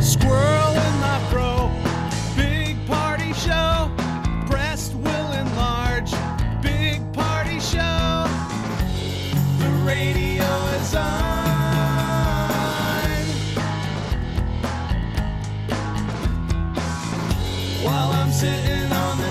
Squirrel in my fro, big party show. Breast will enlarge, big party show. The radio is on. While I'm sitting on the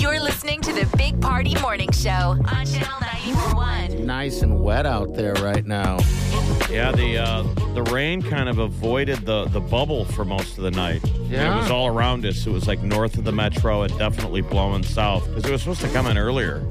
You're listening to the Big Party Morning Show on Channel 941. Nice and wet out there right now. Yeah, the uh, the rain kind of avoided the, the bubble for most of the night. Yeah. It was all around us. It was like north of the metro and definitely blowing south because it was supposed to come in earlier.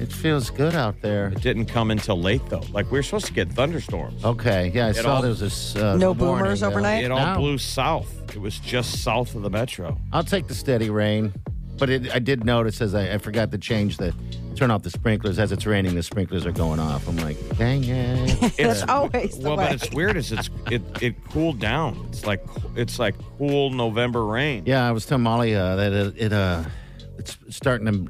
It feels good out there. It didn't come until late, though. Like, we were supposed to get thunderstorms. Okay, yeah, I saw all- there was this. Uh, No warning, boomers though. overnight? It all No. blew south. It was just south of the metro. I'll take the steady rain, but it, I did notice as I, I forgot to change the turn off the sprinklers as it's raining. The sprinklers are going off. I'm like, dang it. It's always the well, way. but it's weird. Is it's it it cooled down. It's like it's like cool November rain. yeah, I was telling Molly uh, that it, it uh, it's starting to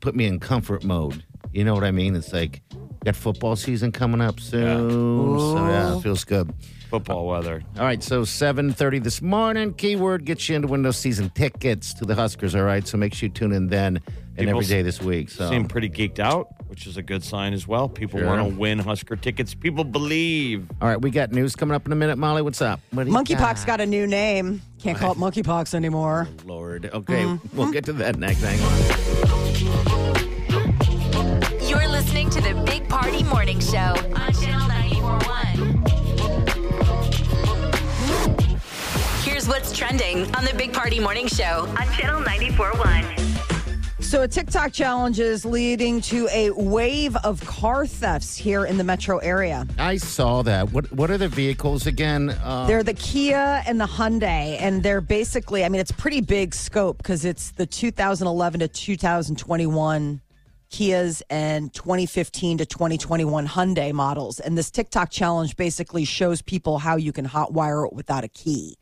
put me in comfort mode. You know what I mean? It's like got football season coming up soon. So yeah, it feels good. Football weather. All right, so 7:30 this morning. Keyword gets you into window season tickets to the Huskers. All right, so make sure you tune in then and People every day this week. So Seem pretty geeked out, which is a good sign as well. People Sure. want to win Husker tickets. People believe. all right, we got news coming up in a minute. Molly, what's up? What do you Monkeypox got a new name. Can't call it monkeypox anymore. Lord. Okay, Mm-hmm. we'll get to that next. Hang on. You're listening to the Big Party Morning Show on Channel 941. Here's what's trending on the Big Party Morning Show on Channel 941. So, a TikTok challenge is leading to a wave of car thefts here in the metro area. I saw that. What What are the vehicles again? Uh, They're the Kia and the Hyundai, and they're basically, I mean, it's pretty big scope because it's the 2011 to 2021 Kias and 2015 to 2021 Hyundai models. And this TikTok challenge basically shows people how you can hotwire it without a key.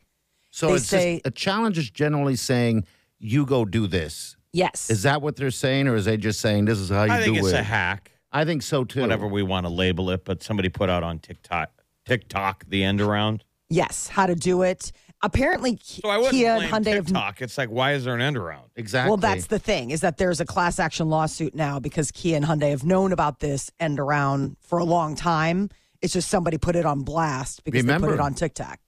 so they it's say- just, a challenge is generally saying you go do this. Yes. Is that what they're saying, or is they just saying this is how you I think do it's it? a hack. I think so too. whatever we want to label it, but somebody put out on TikTok TikTok the end around. yes, how to do it. Apparently, Ki- So I wouldn't Kia and blame Hyundai have TikTok. It's like why is there an end around? Exactly. Well, that's the thing is that there's a class action lawsuit now because Kia and Hyundai have known about this end around for a long time. It's just somebody put it on blast because they Remember. put it on TikTok.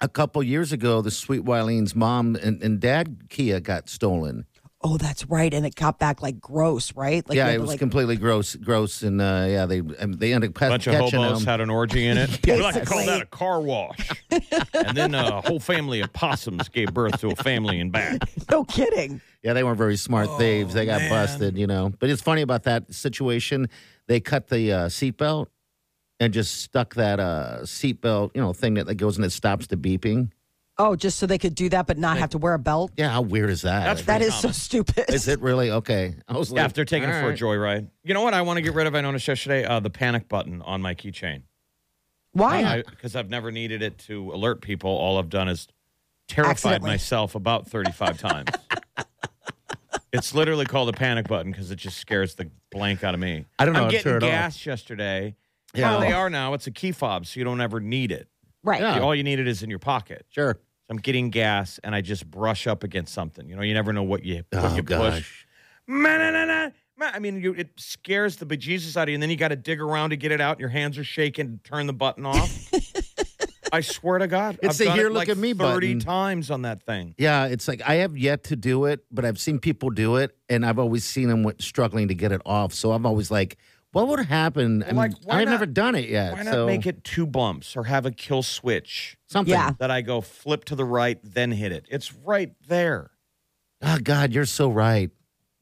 a couple years ago, the sweet Wileen's mom and, and dad Kia got stolen. Oh, that's right, and it got back like gross, right? Like, yeah, remember, it was like, completely gross, gross, and uh, yeah, they um, they ended up A ca- bunch of catching hobos them. had an orgy in it. We like to call Basically. that a car wash. and then a whole family of possums gave birth to a family in back. no kidding. yeah, they weren't very smart Oh, thieves. They got busted, you know. But it's funny about that situation. They cut the uh, seatbelt and just stuck that uh, seatbelt, you know, thing that, that goes and it stops the beeping. Oh, just so they could do that but not have to wear a belt. Yeah, how weird is that? That's That is so stupid. is it really okay? I was like, After taking it all for a right. joyride. You know what I want to get rid of? I noticed yesterday uh, the panic button on my keychain. Why? Because I've never needed it to alert people. All I've done is terrified Accidentally. myself about 35 times. it's literally called a panic button because it just scares the blank out of me. I don't know I'm how to getting turn it off. gas yesterday. Yeah. Oh. Well, they are now. It's a key fob, so you don't ever need it. right. Yeah. All you need it is in your pocket. Sure. So I'm getting gas, and I just brush up against something. You know, you never know what you what Oh, you gosh. push. "Ma, na, na, na, ma." I mean, you, it scares the bejesus out of you, and then you got to dig around to get it out. And your hands are shaking. to Turn the button off. I swear to God, It's I've the done here, it look like at me thirty button. times on that thing. Yeah, it's like I have yet to do it, but I've seen people do it, and I've always seen them with, struggling to get it off. So I'm always like, what would happen? I mean, Like, why I've not- never done it yet. Why not so make it two bumps or have a kill switch something? Yeah. that I go flip to the right, then hit it? It's right there. Oh God, you're so right.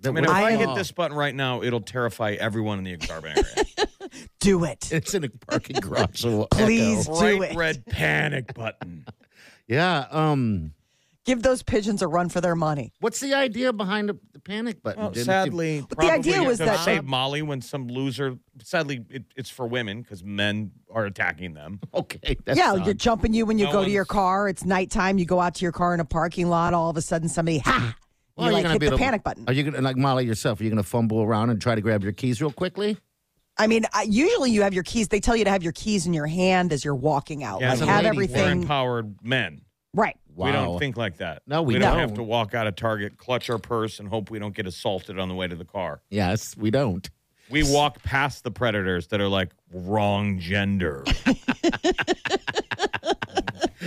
That I mean, would- if I, I- hit this button right now, it'll terrify everyone in the exorbitant area. Do it. it's in a parking garage. So Please echo. do Bright it. red panic button. yeah. Um, Give those pigeons a run for their money. what's the idea behind the, the panic button? Well, Didn't you- sadly, But the idea probably was to that- save Molly when some loser. Sadly, it, it's for women because men are attacking them. okay. That's yeah, odd. you're jumping you when you No go to your one's- car. It's nighttime. You go out to your car in a parking lot. All of a sudden, somebody ha. Well, you are you like gonna hit be the able- panic button. Are you gonna like Molly yourself? Are you gonna fumble around and try to grab your keys real quickly? I mean, I, usually you have your keys. They tell you to have your keys in your hand as you're walking out. Yeah, like as a have lady, We're everything empowered men. right. Wow. We don't think like that. No, we don't, don't. have to walk out of Target, clutch our purse, and hope we don't get assaulted on the way to the car. Yes, we don't. We walk past the predators that are like wrong gender.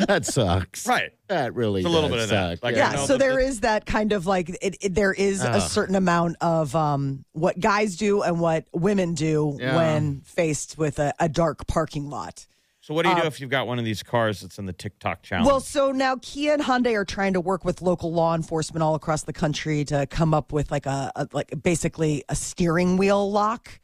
That sucks. right. That really It's a little does bit of that. suck. Like, Yeah, You know, so the- there the- is that kind of like it, it, there is a certain amount of um, what guys do and what women do Yeah. when faced with a, a dark parking lot. So what do you do if you've got one of these cars that's in the TikTok challenge? Uh, Well, so now Kia and Hyundai are trying to work with local law enforcement all across the country to come up with like a, a like basically a steering wheel lock.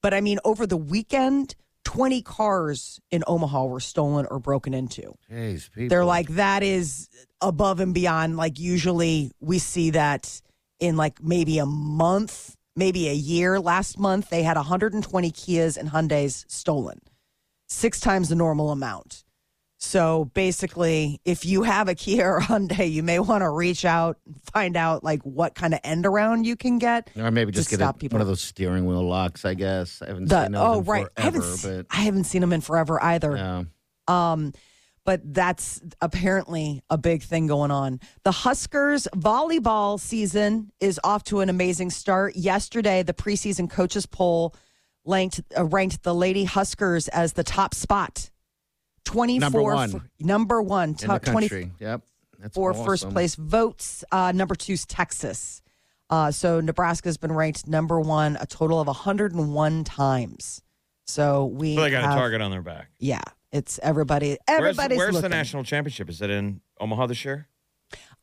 But I mean, over the weekend, twenty cars in Omaha were stolen or broken into. Jeez, people. They're like that is above and beyond. Like usually we see that in like maybe a month, maybe a year. Last month they had 120 Kias and Hyundai's stolen, six times the normal amount. So basically, if you have a Kia or Hyundai, you may want to reach out and find out like what kind of end around you can get. Or maybe to just get a, stop people. one of those steering wheel locks, I guess. I haven't The, seen those oh in right, forever, I haven't se- but I haven't seen them in forever either. yeah. Um, but that's apparently a big thing going on. The Huskers volleyball season is off to an amazing start. Yesterday, the preseason coaches poll ranked uh, ranked the Lady Huskers as the top spot. 24 Number one. fir- number one in the top 24 country. Yep. That's for first awesome. place votes. Uh, number two's Texas. Uh, so Nebraska's been ranked number one a total of 101 times. So we so they got have- a target on their back. Yeah, it's everybody. Where's, Everybody's where's the looking. national championship? Is it in Omaha this year?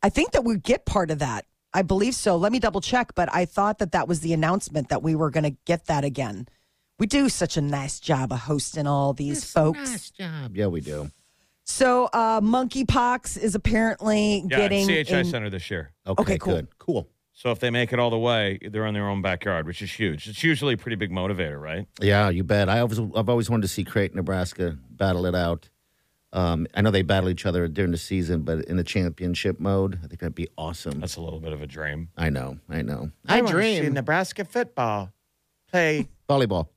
I think that we get part of that. I believe so. Let me double check, but I thought that that was the announcement that we were going to get that again. We do such a nice job of hosting all these folks. Nice job. Yeah, we do. So, uh, monkeypox is apparently Yeah, getting. it's CHI in- Center this year. Okay, Okay, cool. good. Cool. So if they make it all the way, they're in their own backyard, which is huge. It's usually a pretty big motivator, right? Yeah, you bet. I always, I've always wanted to see Creighton, Nebraska battle it out. Um, I know they battle each other during the season, but in the championship mode, I think that'd be awesome. That's a little bit of a dream. I know, I know. I, dream Nebraska football play. volleyball.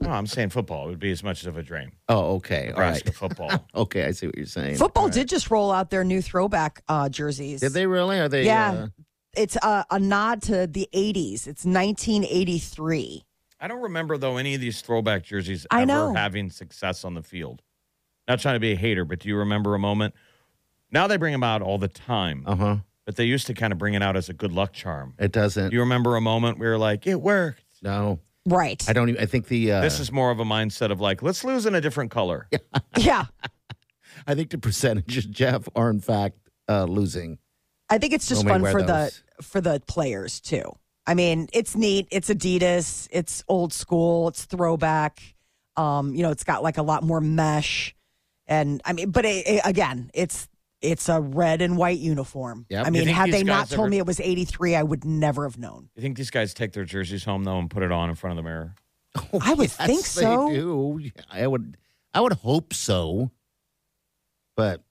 No, I'm saying football would be as much of a dream. Oh, okay, all right. Nebraska football. Okay, I see what you're saying. Football did just roll out their new throwback uh, jerseys. Did they really? Are they? Yeah. uh, It's a, a nod to the 80s. It's 1983. I don't remember though any of these throwback jerseys I ever know. having success on the field. Not trying to be a hater, but do you remember a moment? Now they bring them out all the time, uh huh. but they used to kind of bring it out as a good luck charm. It Do doesn't. you remember a moment where you're like, it worked? No, Right. I don't. Even, I think the. Uh, This is more of a mindset of like, let's lose in a different color. yeah. I think the percentages, Jeff, are in fact uh, losing. I think it's just Nobody fun wear for those. the for the players too. I mean, it's neat. It's Adidas. It's old school. It's throwback. Um, you know, it's got like a lot more mesh, and I mean, but it, it- again, it's it's a red and white uniform. Yep. I You mean, think had these they not guys told ever- me it was eighty three, I would never have known. You think these guys take their jerseys home though and put it on in front of the mirror? I would think Yes, they so. do. I would. I would hope so. But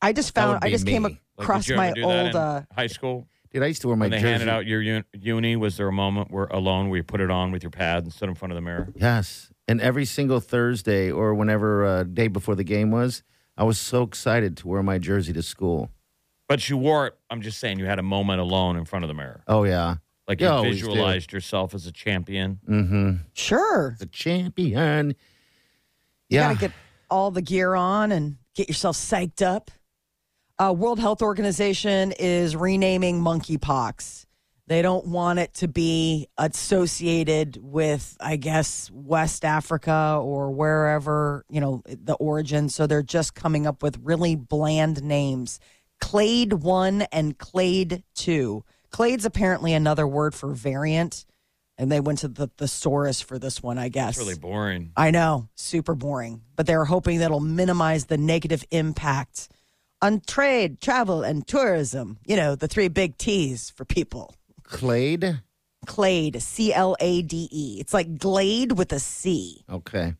I just That would found. I be just came me. Like, across did you ever my do that old. in Uh, high school dude, I used to wear my when they jersey. handed out your uni, uni. Was there a moment where alone where you put it on with your pad and stood in front of the mirror? Yes, and every single Thursday or whenever uh, day before the game was, I was so excited to wear my jersey to school. But you wore it. I'm just saying you had a moment alone in front of the mirror. Oh yeah, Like You you always Mm. do. visualized yourself as a champion. Sure. The champion. You Yeah. gotta get all the gear on and get yourself psyched up. Uh, World Health Organization is renaming monkeypox. They don't want it to be associated with, I guess, West Africa or wherever, you know, the origin. So they're just coming up with really bland names Clade 1 and Clade 2. Clade's apparently another word for variant, and they went to the thesaurus for this one, I guess. It's really boring. I know, super boring, but they're hoping that'll minimize the negative impact on trade, travel, and tourism. You know, the three big T's for people. Clade. Clade, C L A D E. It's like Glade with a C. Okay.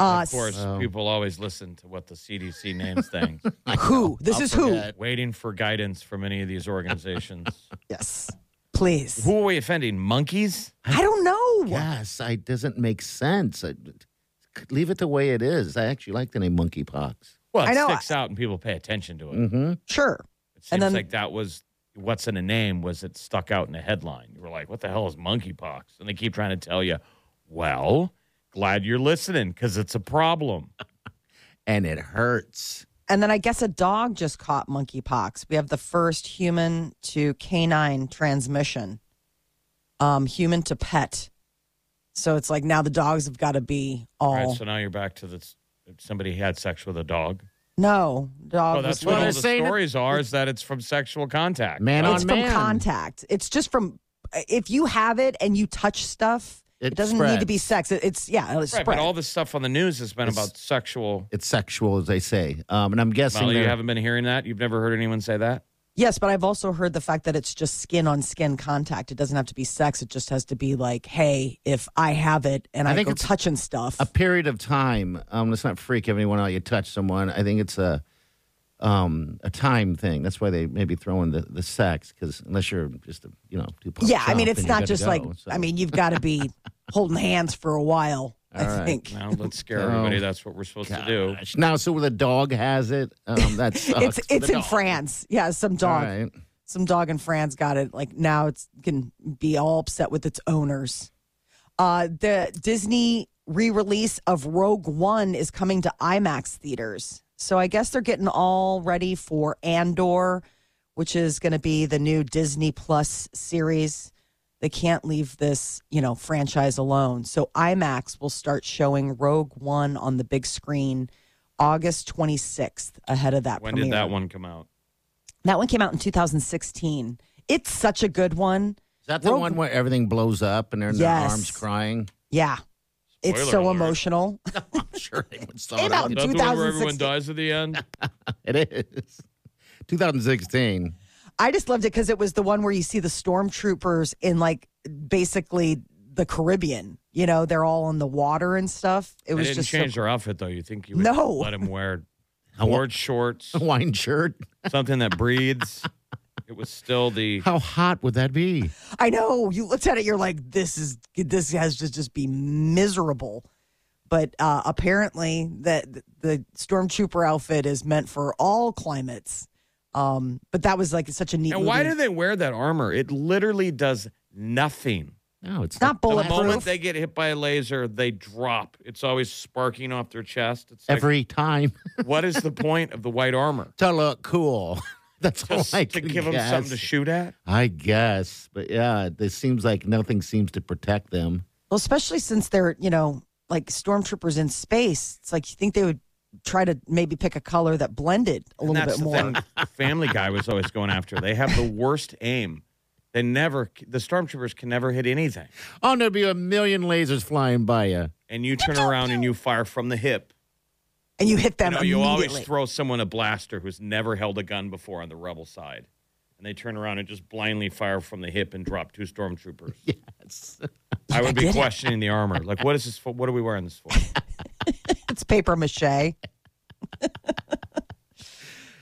Uh, Of course, people always listen to what the CDC names things. Who? This is who? Waiting for guidance from any of these organizations. Yes. Please. Who are we offending? Monkeys? I don't know. Yes, it doesn't make sense. I, leave it the way it is. I actually like the name monkeypox. Well, it I know, sticks out and people pay attention to it. Mm-hmm. Sure. It seems And then- like that was what's in a name was it stuck out in a headline. You were like, what the hell is monkeypox? And they keep trying to tell you, well, glad you're listening because it's a problem. And it hurts. And then I guess a dog just caught monkeypox. We have the first human to canine transmission, um, human to pet. So it's like now the dogs have got to be all. All right, so now you're back to this. Somebody had sex with a dog. no, Well, dog. was Oh, that's what what I all little- the was saying. stories are is that it's from sexual contact. Man on it's from man. contact. It's just from if you have it and you touch stuff. It, It doesn't need to be spreads. sex. It, it's yeah, it's Right, spread. but all this stuff on the news has been about sexual. It's sexual, as they say. Um, and I'm guessing Molly, you they're- haven't been hearing that? You've never heard anyone say that? yes, but I've also heard the fact that it's just skin on skin contact. It doesn't have to be sex. It just has to be like, hey, if I have it and I I, think go it's- touching stuff. a period of time. Um, let's not freak everyone out. You touch someone. I think it's a um, a time thing. That's why they maybe throw in the, the sex because unless you're just a, you know two pumps Yeah, I mean, up, it's then you're not good to just go, like, so. I mean, you've got to be holding hands for a while, I right. think. Now let's scare everybody. That's what we're supposed to do. Gosh. now so the dog has it. Um, that sucks It's for it's the in dog. France. Yeah, some All dog right. some dog in France got it. Like now it's can be all upset with its owners. Uh the Disney re-release of Rogue One is coming to IMAX theaters. So I guess they're getting all ready for Andor, which is going to be the new Disney Plus series. They can't leave this, you know, franchise alone. So IMAX will start showing Rogue One on the big screen August 26th ahead of that When premiere. did that one come out? That one came out in 2016. It's such a good one. Is that the Rogue- one where everything blows up and they're in their Yes. arms crying? Yeah. It's Spoiler so alert. emotional. I'm sure anyone saw Came out that. in That's the one where everyone 2016. dies at the end. It is 2016. I just loved it because it was the one where you see the stormtroopers in like basically the Caribbean. You know, they're all in the water and stuff. It They was didn't just so- change their outfit though. You think you would No. let them wear board shorts, Hawaiian shirt. something that breathes? It was still the How hot would that be? I know you looked at it, you're like, this is this has to just be miserable. But uh, apparently, that the stormtrooper outfit is meant for all climates. Um, but that was like such a neat. And why movie. do they wear that armor? It literally does nothing. No, it's not The bulletproof? moment they get hit by a laser, they drop. It's always sparking off their chest. It's like, every time what is the point of the white armor? to look cool. That's Oh Just all I to can give them guess. something to shoot at? I guess, but yeah, it seems like nothing seems to protect them. Well, especially since they're, you know, like stormtroopers in space. It's like you think they would try to maybe pick a color that blended a little and that's the bit more. thing Family Guy was always going after. They have the worst aim. They never, the stormtroopers can never hit anything. Oh, there'd be a million lasers flying by you. And you turn around and you fire from the hip. And you hit You them know, you immediately. always throw someone a blaster who's never held a gun before on the rebel side. And they turn around and just blindly fire from the hip and drop two stormtroopers. Yes. I would be get it. questioning the armor. Like, what is this for? What are we wearing this for? it's paper mache.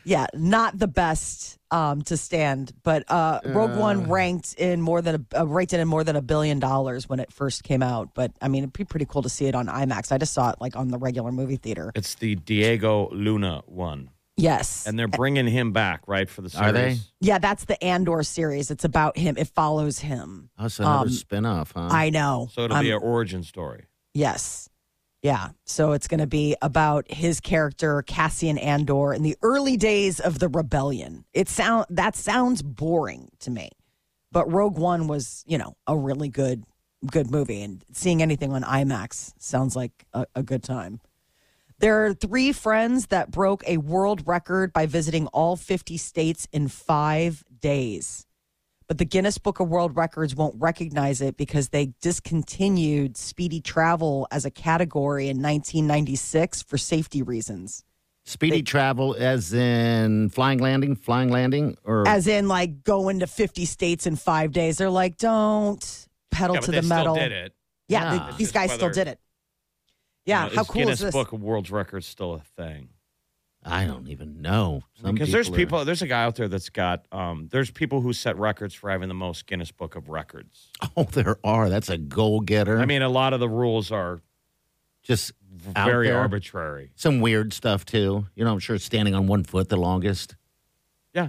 yeah, not the best um, to stand, but uh, Rogue One ranked in more than a, uh, ranked in more than a billion dollars when it first came out. But I mean, it'd be pretty cool to see it on IMAX. I just saw it like on the regular movie theater. It's the Diego Luna one. Yes. And they're bringing him back, right, for the series? Are they? yeah, that's the Andor series. It's about him. It follows him. Oh, it's another Um, spin off, huh? I know. Uh-huh. So it'll I'm- be an origin story. Yes. Yeah. So it's going to be about his character Cassian Andor in the early days of the rebellion. It sound that sounds boring to me. But Rogue One was, you know, a really good good movie and seeing anything on IMAX sounds like a, a good time. There are three friends that broke a world record by visiting all 50 states in 5 days but the Guinness Book of World Records won't recognize it because they discontinued speedy travel as a category in 1996 for safety reasons. Speedy travel, as in flying landing, flying landing, or As in, like going to 50 states in five days. They're like, don't pedal yeah, to but the they metal. still did it. Yeah, Yeah. they- these guys still Whether- did it. Yeah, You know, how is cool Guinness is this? Book of World Records still a thing? I don't even know. Some Because there's are- people, there's a guy out there that's got, um, there's people who set records for having the most Guinness Book of Records. Oh, there are. That's a goal getter. I mean, a lot of the rules are just out very there. arbitrary. Some weird stuff too. You know, I'm sure standing on one foot the longest. Yeah.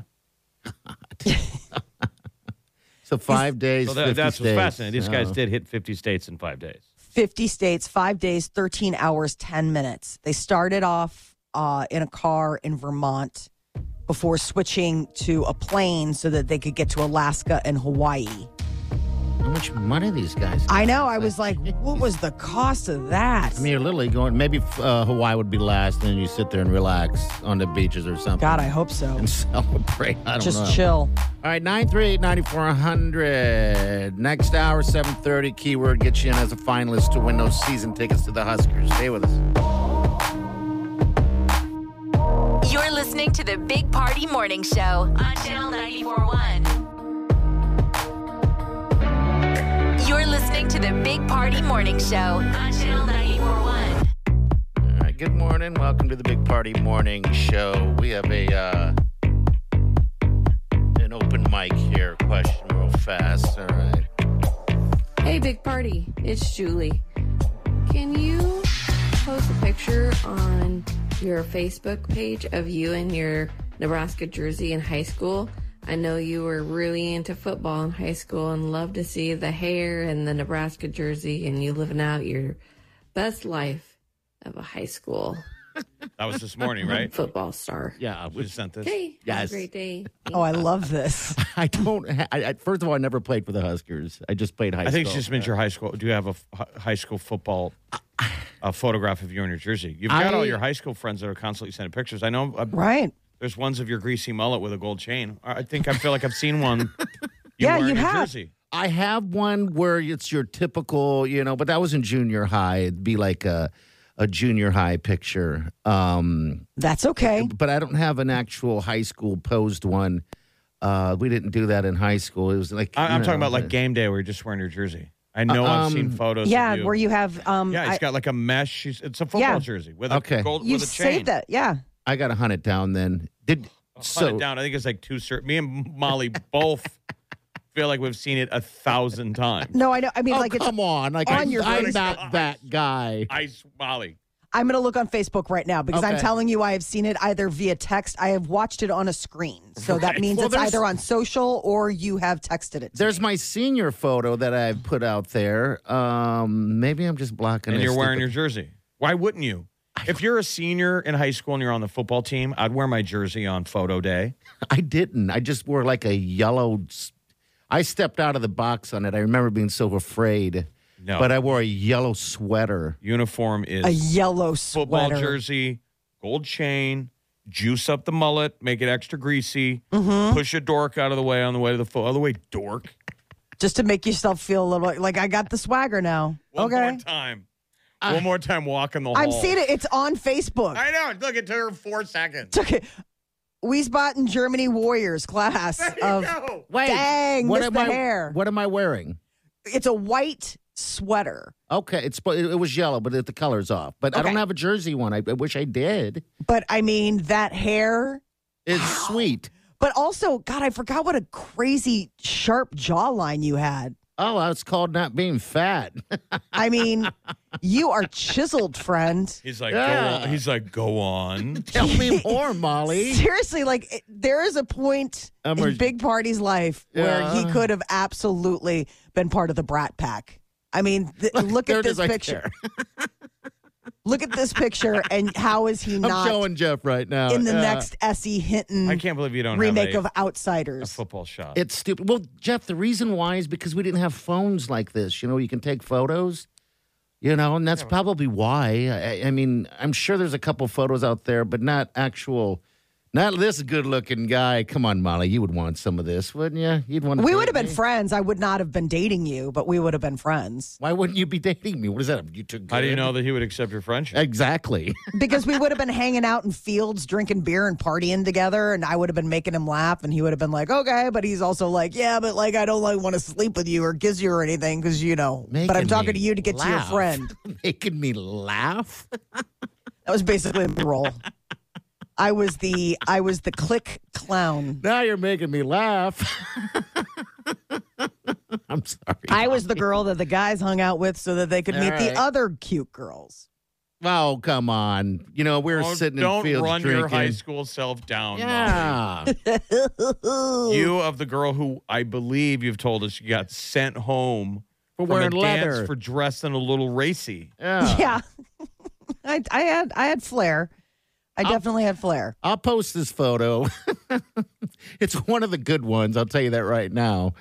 So five days. So that, 50 that's what's states. fascinating. These guys Oh. did hit 50 states in five days. 50 states, five days, 13 hours, 10 minutes. They started off uh, in a car in Vermont before switching to a plane so that they could get to Alaska and Hawaii. How much money these guys? I know. I was like, what was the cost of that? I mean, you're literally going. Maybe uh, Hawaii would be last, and then you sit there and relax on the beaches or something. God, I hope so. and celebrate. I don't Just know. chill. All right, 938-9400. Next hour, 730. Keyword gets you in as a finalist to win those season tickets to the Huskers. Stay with us. You're listening to the Big Party Morning Show on Channel 941. You're listening to the Big Party Morning Show on Channel 941. All right, good morning. Welcome to the Big Party Morning Show. We have a uh, an open mic here. Question real fast. All right. Hey, Big Party, it's Julie. Can you post a picture on your Facebook page of you in your Nebraska jersey in high school? I know you were really into football in high school and loved to see the hair and the Nebraska jersey and you living out your best life of a high school That was this morning, right? football star. Yeah, We sent this. Hey, have Yes. a great day. Oh, I love this. I don't. Ha- I, I, first of all, I never played for the Huskers. I just played high I school. think she just meant your high school. Do you have a f- hi- high school football a photograph of you in your jersey? You've got all I- your high school friends that are constantly sending pictures. I know uh, Right. there's ones of your greasy mullet with a gold chain. I I think I feel like I've seen one. You Yeah, wearing you a have. Jersey. I have one where it's your typical, you know, but that was in junior high. It'd be like a a junior high picture. Um, That's okay. but I don't have an actual high school posed one. Uh, we didn't do that in high school. It was like you I, I'm talking know, about like game day where you're just wearing your jersey. I know I've seen photos. Yeah, of you. where you have um Yeah, he's I- got like a mesh. It's it's a football Yeah. jersey with a Okay. gold you with a chain. saved that. Yeah. I got to hunt it down. Then did Hunt so it down. I think it's like two. Cert- me and Molly both feel like we've seen it a thousand times. No, I know. I mean, Oh, like it's come on, like on I'm, your I'm Facebook. not that guy. I s- Molly. I'm going to look on Facebook right now because I'm Okay. telling you I have seen it either via text. I have watched it on a screen. So that means Well, it's there's- either on social or you have texted it. to There's me. my senior photo that I've put out there. Um, maybe I'm just blocking. and this you're wearing your stupid- jersey. Why wouldn't you? If you're a senior in high school and you're on the football team, I'd wear my jersey on photo day. I didn't. I just wore like a yellow. s- I stepped out of the box on it. I remember being so afraid. No. But I wore a yellow sweater. Uniform is a yellow football sweater. jersey, gold chain, juice up the mullet, make it extra greasy, Mm-hmm. push a dork out of the way on the way to the foot. Other way, dork. Just to make yourself feel a little like, I got the swagger now. One okay. more Oh. time. One more time, walk in the I'm hall. seeing it. It's on Facebook. I know. Look, it took her four seconds. took it. Wiesbaden and Germany Warriors class of No. Wait, Dang, what missed am the I? hair. What am I wearing? it's a white sweater, Okay, it's it it was yellow, but it, the color's off. But I don't Okay. have a jersey one. I, I wish I did. but I mean that hair. It's sweet. But also, God, I forgot what a crazy sharp jawline you had. Oh, it's called not being fat. I mean, you are chiseled, friend. He's like, Yeah. go on. he's like, go on. Tell me more, Molly. Seriously, like it- there is a point in Emerg- Big Party's life where he Yeah. could have absolutely been part of the Brat Pack. I mean, th- look There at it is this right picture. there. Look at this picture, and how is he I'm not showing Jeff right now. Uh, in the Yeah. next S.E. I Hinton can't believe you don't remake have of a, a Outsiders? football shot. It's stupid. Well, Jeff, the reason why is because we didn't have phones like this. You know, you can take photos. You know, and that's probably why. I, I mean, I'm sure there's a couple photos out there, but not actual, not this good-looking guy. Come on, Molly, you would want some of this, wouldn't you? You'd want. to We date would have been me. friends. I would not have been dating you, but we would have been friends Why wouldn't you be dating me? What is that? You took. How do you good? know that he would accept your friendship? Exactly. because we would have been hanging out in fields, drinking beer and partying together, and I would have been making him laugh, and he would have been like, "Okay," but he's also like, "Yeah, but like I don't like want to sleep with you or kiss you or anything because you know." but I'm Making talking me to you to get to your laugh. friend. Making me laugh. That was basically my role. I was the I was the click clown. Now you're making me laugh. I'm sorry. I was the girl that the guys hung out with so that they could meet All right. the other cute girls. Oh, come on. You know, we were Don't- sitting Oh, don't in fields run drinking. your high school self down. yeah. Molly. You of the girl who I believe you've told us you got sent home For from a wearing dance leather. for dressing a little racy. yeah. yeah, I, I had I had flair. I Oh. definitely had flair. I'll post this photo. it's one of the good ones. I'll tell you that right now.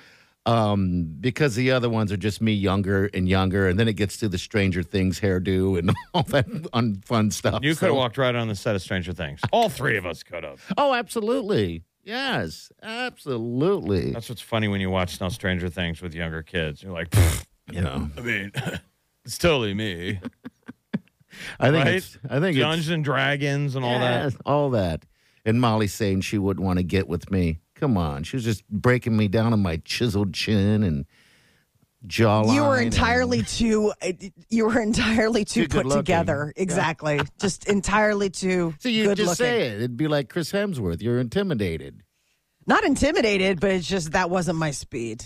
Um, because the other ones are just me younger and younger, and then it gets to the Stranger Things hairdo and all that un- fun stuff. You could have So- walked right on the set of Stranger Things. All three of us could have. Oh, absolutely. Yes, absolutely. That's what's funny when you watch now Stranger Things with younger kids. You're like, "Pfft, You know, I mean, it's totally me, I think right? it's, I think it's Dungeons and Dragons and all that. Yes, all that. And Molly saying she wouldn't want to get with me. Come on, she was just breaking me down on my chiseled chin and jawline. You were and- entirely too. eh, You were entirely too, Too put good-looking. together. Exactly. Just entirely too. So you good just say looking. it. It'd be like Chris Hemsworth. You're intimidated. Not intimidated, but it's just that wasn't my speed.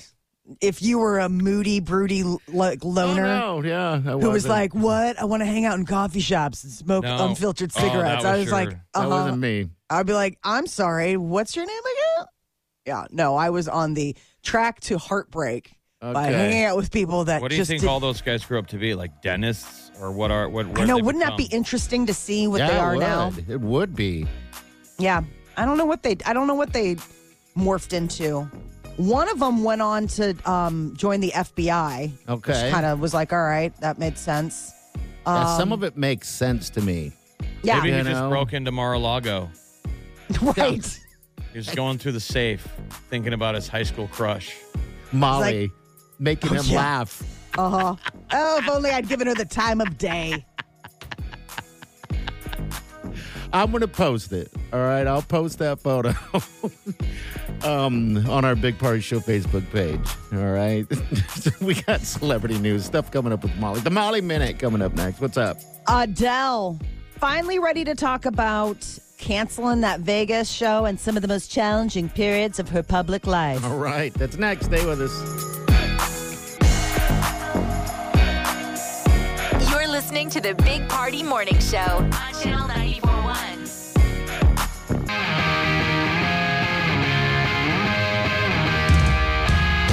If you were a moody, broody lo- like loner Oh, no, yeah. I who was wasn't. like, "What? I want to hang out in coffee shops and smoke No. unfiltered Oh, that cigarettes," I was was your- like, that that uh-huh. wasn't me. I'd be like, "I'm sorry. What's your name again?" Yeah. No, I was on the track to heartbreak by Okay. hanging out with people that What do you just think did- all those guys grew up to be? Like dentists or what are what? I know. Wouldn't that be interesting to see what yeah, they it are would. now? It would be. Yeah, I don't know what they I don't know what they morphed into. One of them went on to um, join the FBI. Okay. which kind of was like, all right, that made sense. Yeah, some Um, of it makes sense to me. yeah, Maybe You he just know. broke into Mar-a-Lago. right. He was going through the safe, thinking about his high school crush. Molly making Oh, him yeah. laugh. Uh huh. Oh, if only I'd given her the time of day. I'm gonna post it. All right, I'll post that photo um, on our Big Party Show Facebook page. All right, we got celebrity news stuff coming up with Molly. The Molly Minute coming up next. What's up? Adele finally ready to talk about canceling that Vegas show and some of the most challenging periods of her public life. All right, that's next. Stay with us. You're listening to the Big Party Morning Show on Channel 941.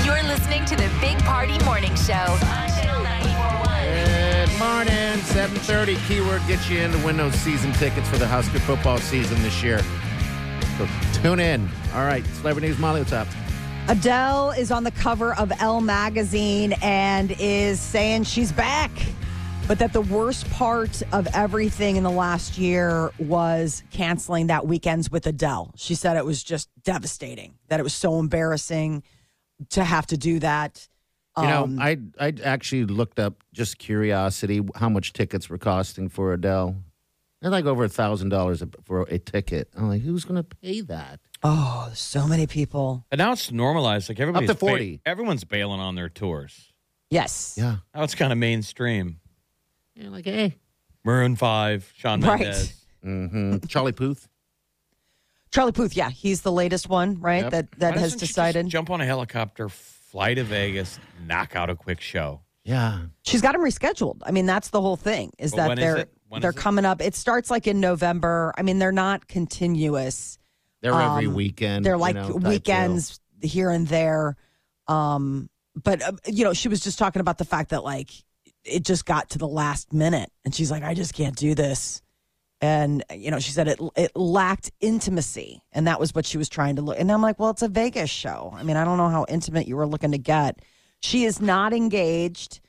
You're listening to the Big Party Morning Show on Channel 941. Good morning. 7:30. Keyword gets you in to win those season tickets for the Husker football season this year. So tune in. All right, celebrity news. Molly, what's up? Adele is on the cover of Elle magazine and is saying she's back, but that the worst part of everything in the last year was canceling that weekends with Adele. She said it was just devastating, that it was so embarrassing to have to do that. You know, Um, I I actually looked up just curiosity how much tickets were costing for Adele. They're like over a thousand dollars for a ticket. I'm like, who's going to pay that? oh, so many people. And now it's normalized. Like everybody's to 40. everyone's bailing on their tours. Yes. Yeah, Now it's kind of mainstream. yeah like hey, Maroon Five, Sean Right. Mendes. hmm Charlie Puth. Charlie Puth, yeah, he's the latest one, right? Yep. That Why that has doesn't she just decided. jump on a helicopter, Fly to Vegas, knock out a quick show. Yeah. She's got them rescheduled. I mean, that's the whole thing is But that when is they're it? When they're is it? coming up. It starts like in November. I mean, they're not continuous. They're every Um, weekend. They're you like know, type deal. weekends here and there. Um, but uh, you know, she was just talking about the fact that like it just got to the last minute, and she's like, I just can't do this. And you know, she said it it lacked intimacy, and that was what she was trying to look. And I'm like, well, it's a Vegas show. I mean, I don't know how intimate you were looking to get. She is not engaged,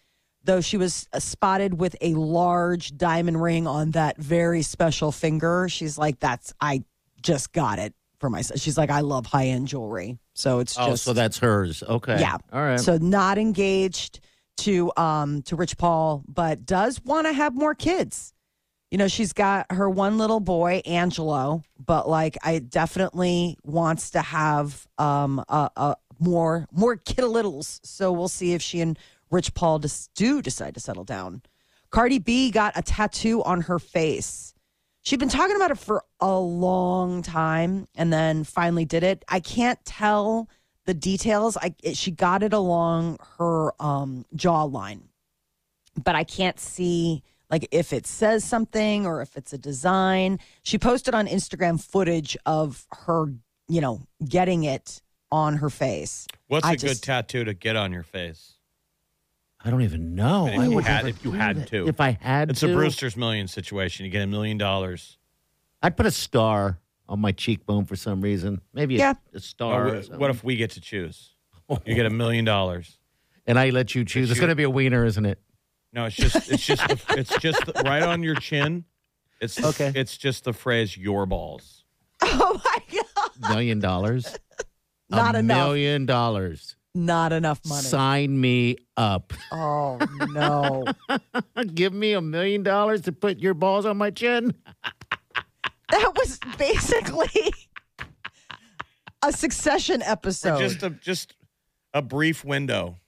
though she was uh, spotted with a large diamond ring on that very special finger. She's like, that's I just got it for myself. She's like, I love high end jewelry, so it's Oh, just so that's hers. Okay. yeah. All right. So not engaged to um to Rich Paul, but does want to have more kids. You know, she's got her one little boy, Angelo, but like I definitely wants to have um a, a more more kiddittles. So we'll see if she and Rich Paul just do decide to settle down. Cardi B got a tattoo on her face. She'd been talking about it for a long time and then finally did it. I can't tell the details. I it, she got it along her um jawline. But I can't see like if it says something or if it's a design. She posted on Instagram footage of her, you know, getting it on her face. What's a I good just- tattoo to get on your face? I don't even know. If I you would had- never if you do had that. to. If I had It's to. a Brewster's Million situation. You get a million dollars. I'd put a star on my cheekbone for some reason. Maybe a- Yeah. a, Or star. or wh- something. What if we get to choose? You get a million dollars. and I let you choose. It's you- going to be a wiener, isn't it? No, it's just it's just the, it's just the, right on your chin. It's the- Okay. It's just the phrase "your balls." Oh my god. Million dollars. Not a enough. million dollars. Not enough money. Sign me up. oh no. Give me a million dollars to put your balls on my chin. That was basically a succession episode. Just a just a brief window.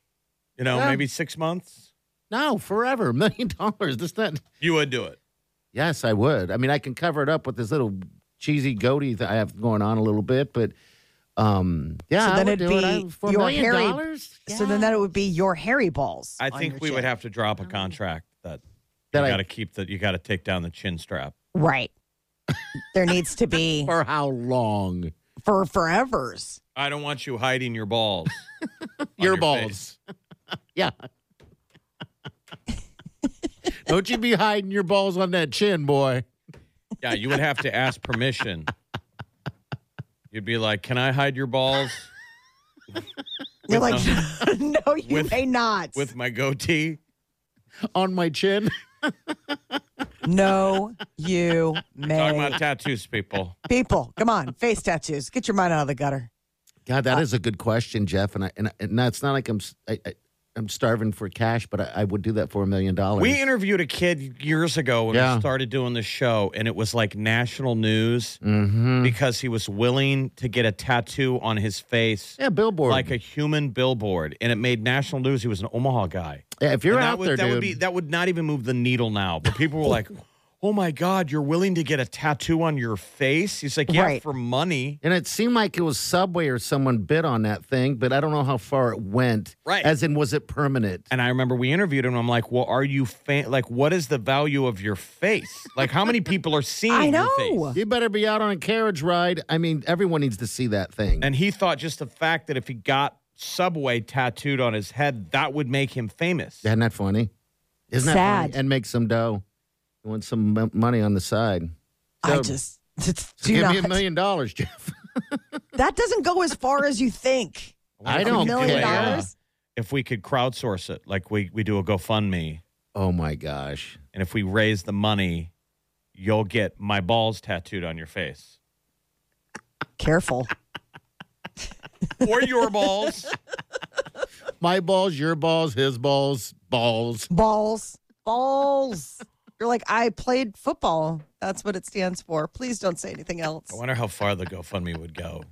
You know, Yeah. maybe six months. No, forever. A million dollars. That's not. You would do it. Yes, I would. I mean, I can cover it up with this little cheesy goatee that I have going on a little bit, but um, yeah, So I then would it'd do it. be I- for your a million hairy- dollars. So then Yeah. that it would be your hairy balls. I on think your we would chin. have to drop a contract that Um, That you I- got to keep that you got to take down the chin strap. right. there needs to be for how long? for forever's. I don't want you hiding your balls. on Your balls. face. Yeah. Don't you be hiding your balls on that chin, boy. Yeah, you would have to ask permission. You'd be like, "Can I hide your balls You're like, no, you with- may not. with my goatee?" On my chin. no, you Talking may. Oh. about tattoos, people. People, come on, face tattoos. Get your mind out of the gutter. God, Uh, that is a good question, Jeff. And I, and, I, and it's not like I'm s- I, am starving for cash, but I, I would do that for a million dollars. We interviewed a kid years ago when Yeah. we started doing the show, and it was like national news Mm-hmm. because he was willing to get a tattoo on his face, yeah, billboard. like a human billboard, and it made national news. He was an Omaha guy. yeah, if you're And that out would, there, that dude. would be that would not even move the needle now. But people were like, "Oh my God, you're willing to get a tattoo on your face?" He's like, "Yeah, Right. for money." and it seemed like it was Subway or someone bid on that thing, but I don't know how far it went. Right. As in, was it permanent? And I remember we interviewed him. I'm like, "Well, are you fa- like what is the value of your face? Like how many people are seeing I your face?" know. You better be out on a carriage ride. I mean, everyone needs to see that thing. And he thought just the fact that if he got Subway tattooed on his head, that would make him famous. Isn't that funny? Isn't that Sad. funny? And make some dough. You want some m- money on the side. I So- just, just So do give not. me a million dollars, Jeff. That doesn't go as far as you think. I wonder if we don't could do Million a, uh, dollars? If we could crowdsource it, like we, we do a GoFundMe, Oh my gosh. and if we raise the money, you'll get my balls tattooed on your face. Careful. Or your balls. My balls, your balls, his balls, balls. balls balls you're like i played football that's what it stands for please don't say anything else I wonder how far the GoFundMe would go.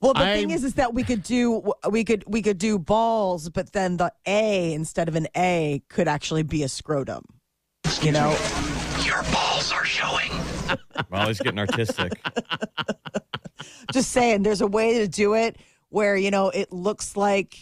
well the I- thing is is that we could do we could we could do balls but then the a instead of an a could actually be a scrotum you know Well, he's getting artistic. just saying there's a way to do it where you know it looks like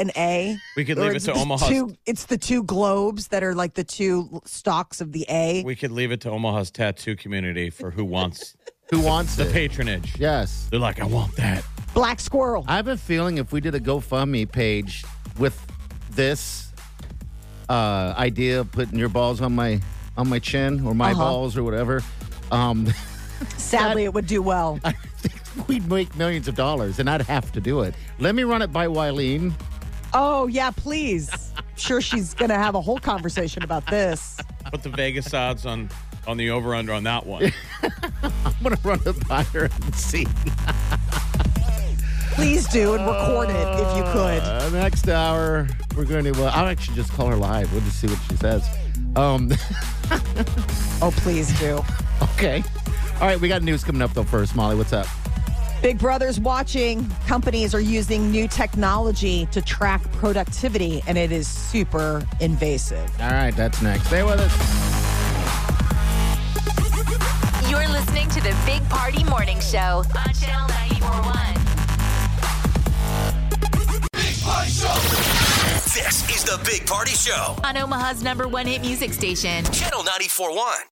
an A. We could Or leave it to the Omaha's- Two, it's the two globes that are like the two stalks of the A. We could leave it to Omaha's tattoo community for who wants Who wants the it? patronage. Yes. They're like, I want that. Black squirrel. I have a feeling if we did a GoFundMe page with this uh, idea of putting your balls on my on my chin or my Uh-huh. balls or whatever, um, Sadly, it would do well. we'd make millions of dollars and I'd have to do it. Let me run it by Wileen. Oh yeah, please. Sure, she's gonna have a whole conversation about this. Put the Vegas odds on on the over under on that one. I'm gonna run it by her and see. Please do and record it if you could. Uh, next hour, we're going to. Uh, I'll actually just call her live. We'll just see what she says. Um, Oh, please do. okay. All right, we got news coming up though. First, Molly, what's up? Big Brother's watching. Companies are using new technology to track productivity, and it is super invasive. All right, that's next. Stay with us. You're listening to the Big Party Morning Show on Channel 941. This is the Big Party Show, On Omaha's number one hit music station. Channel 941.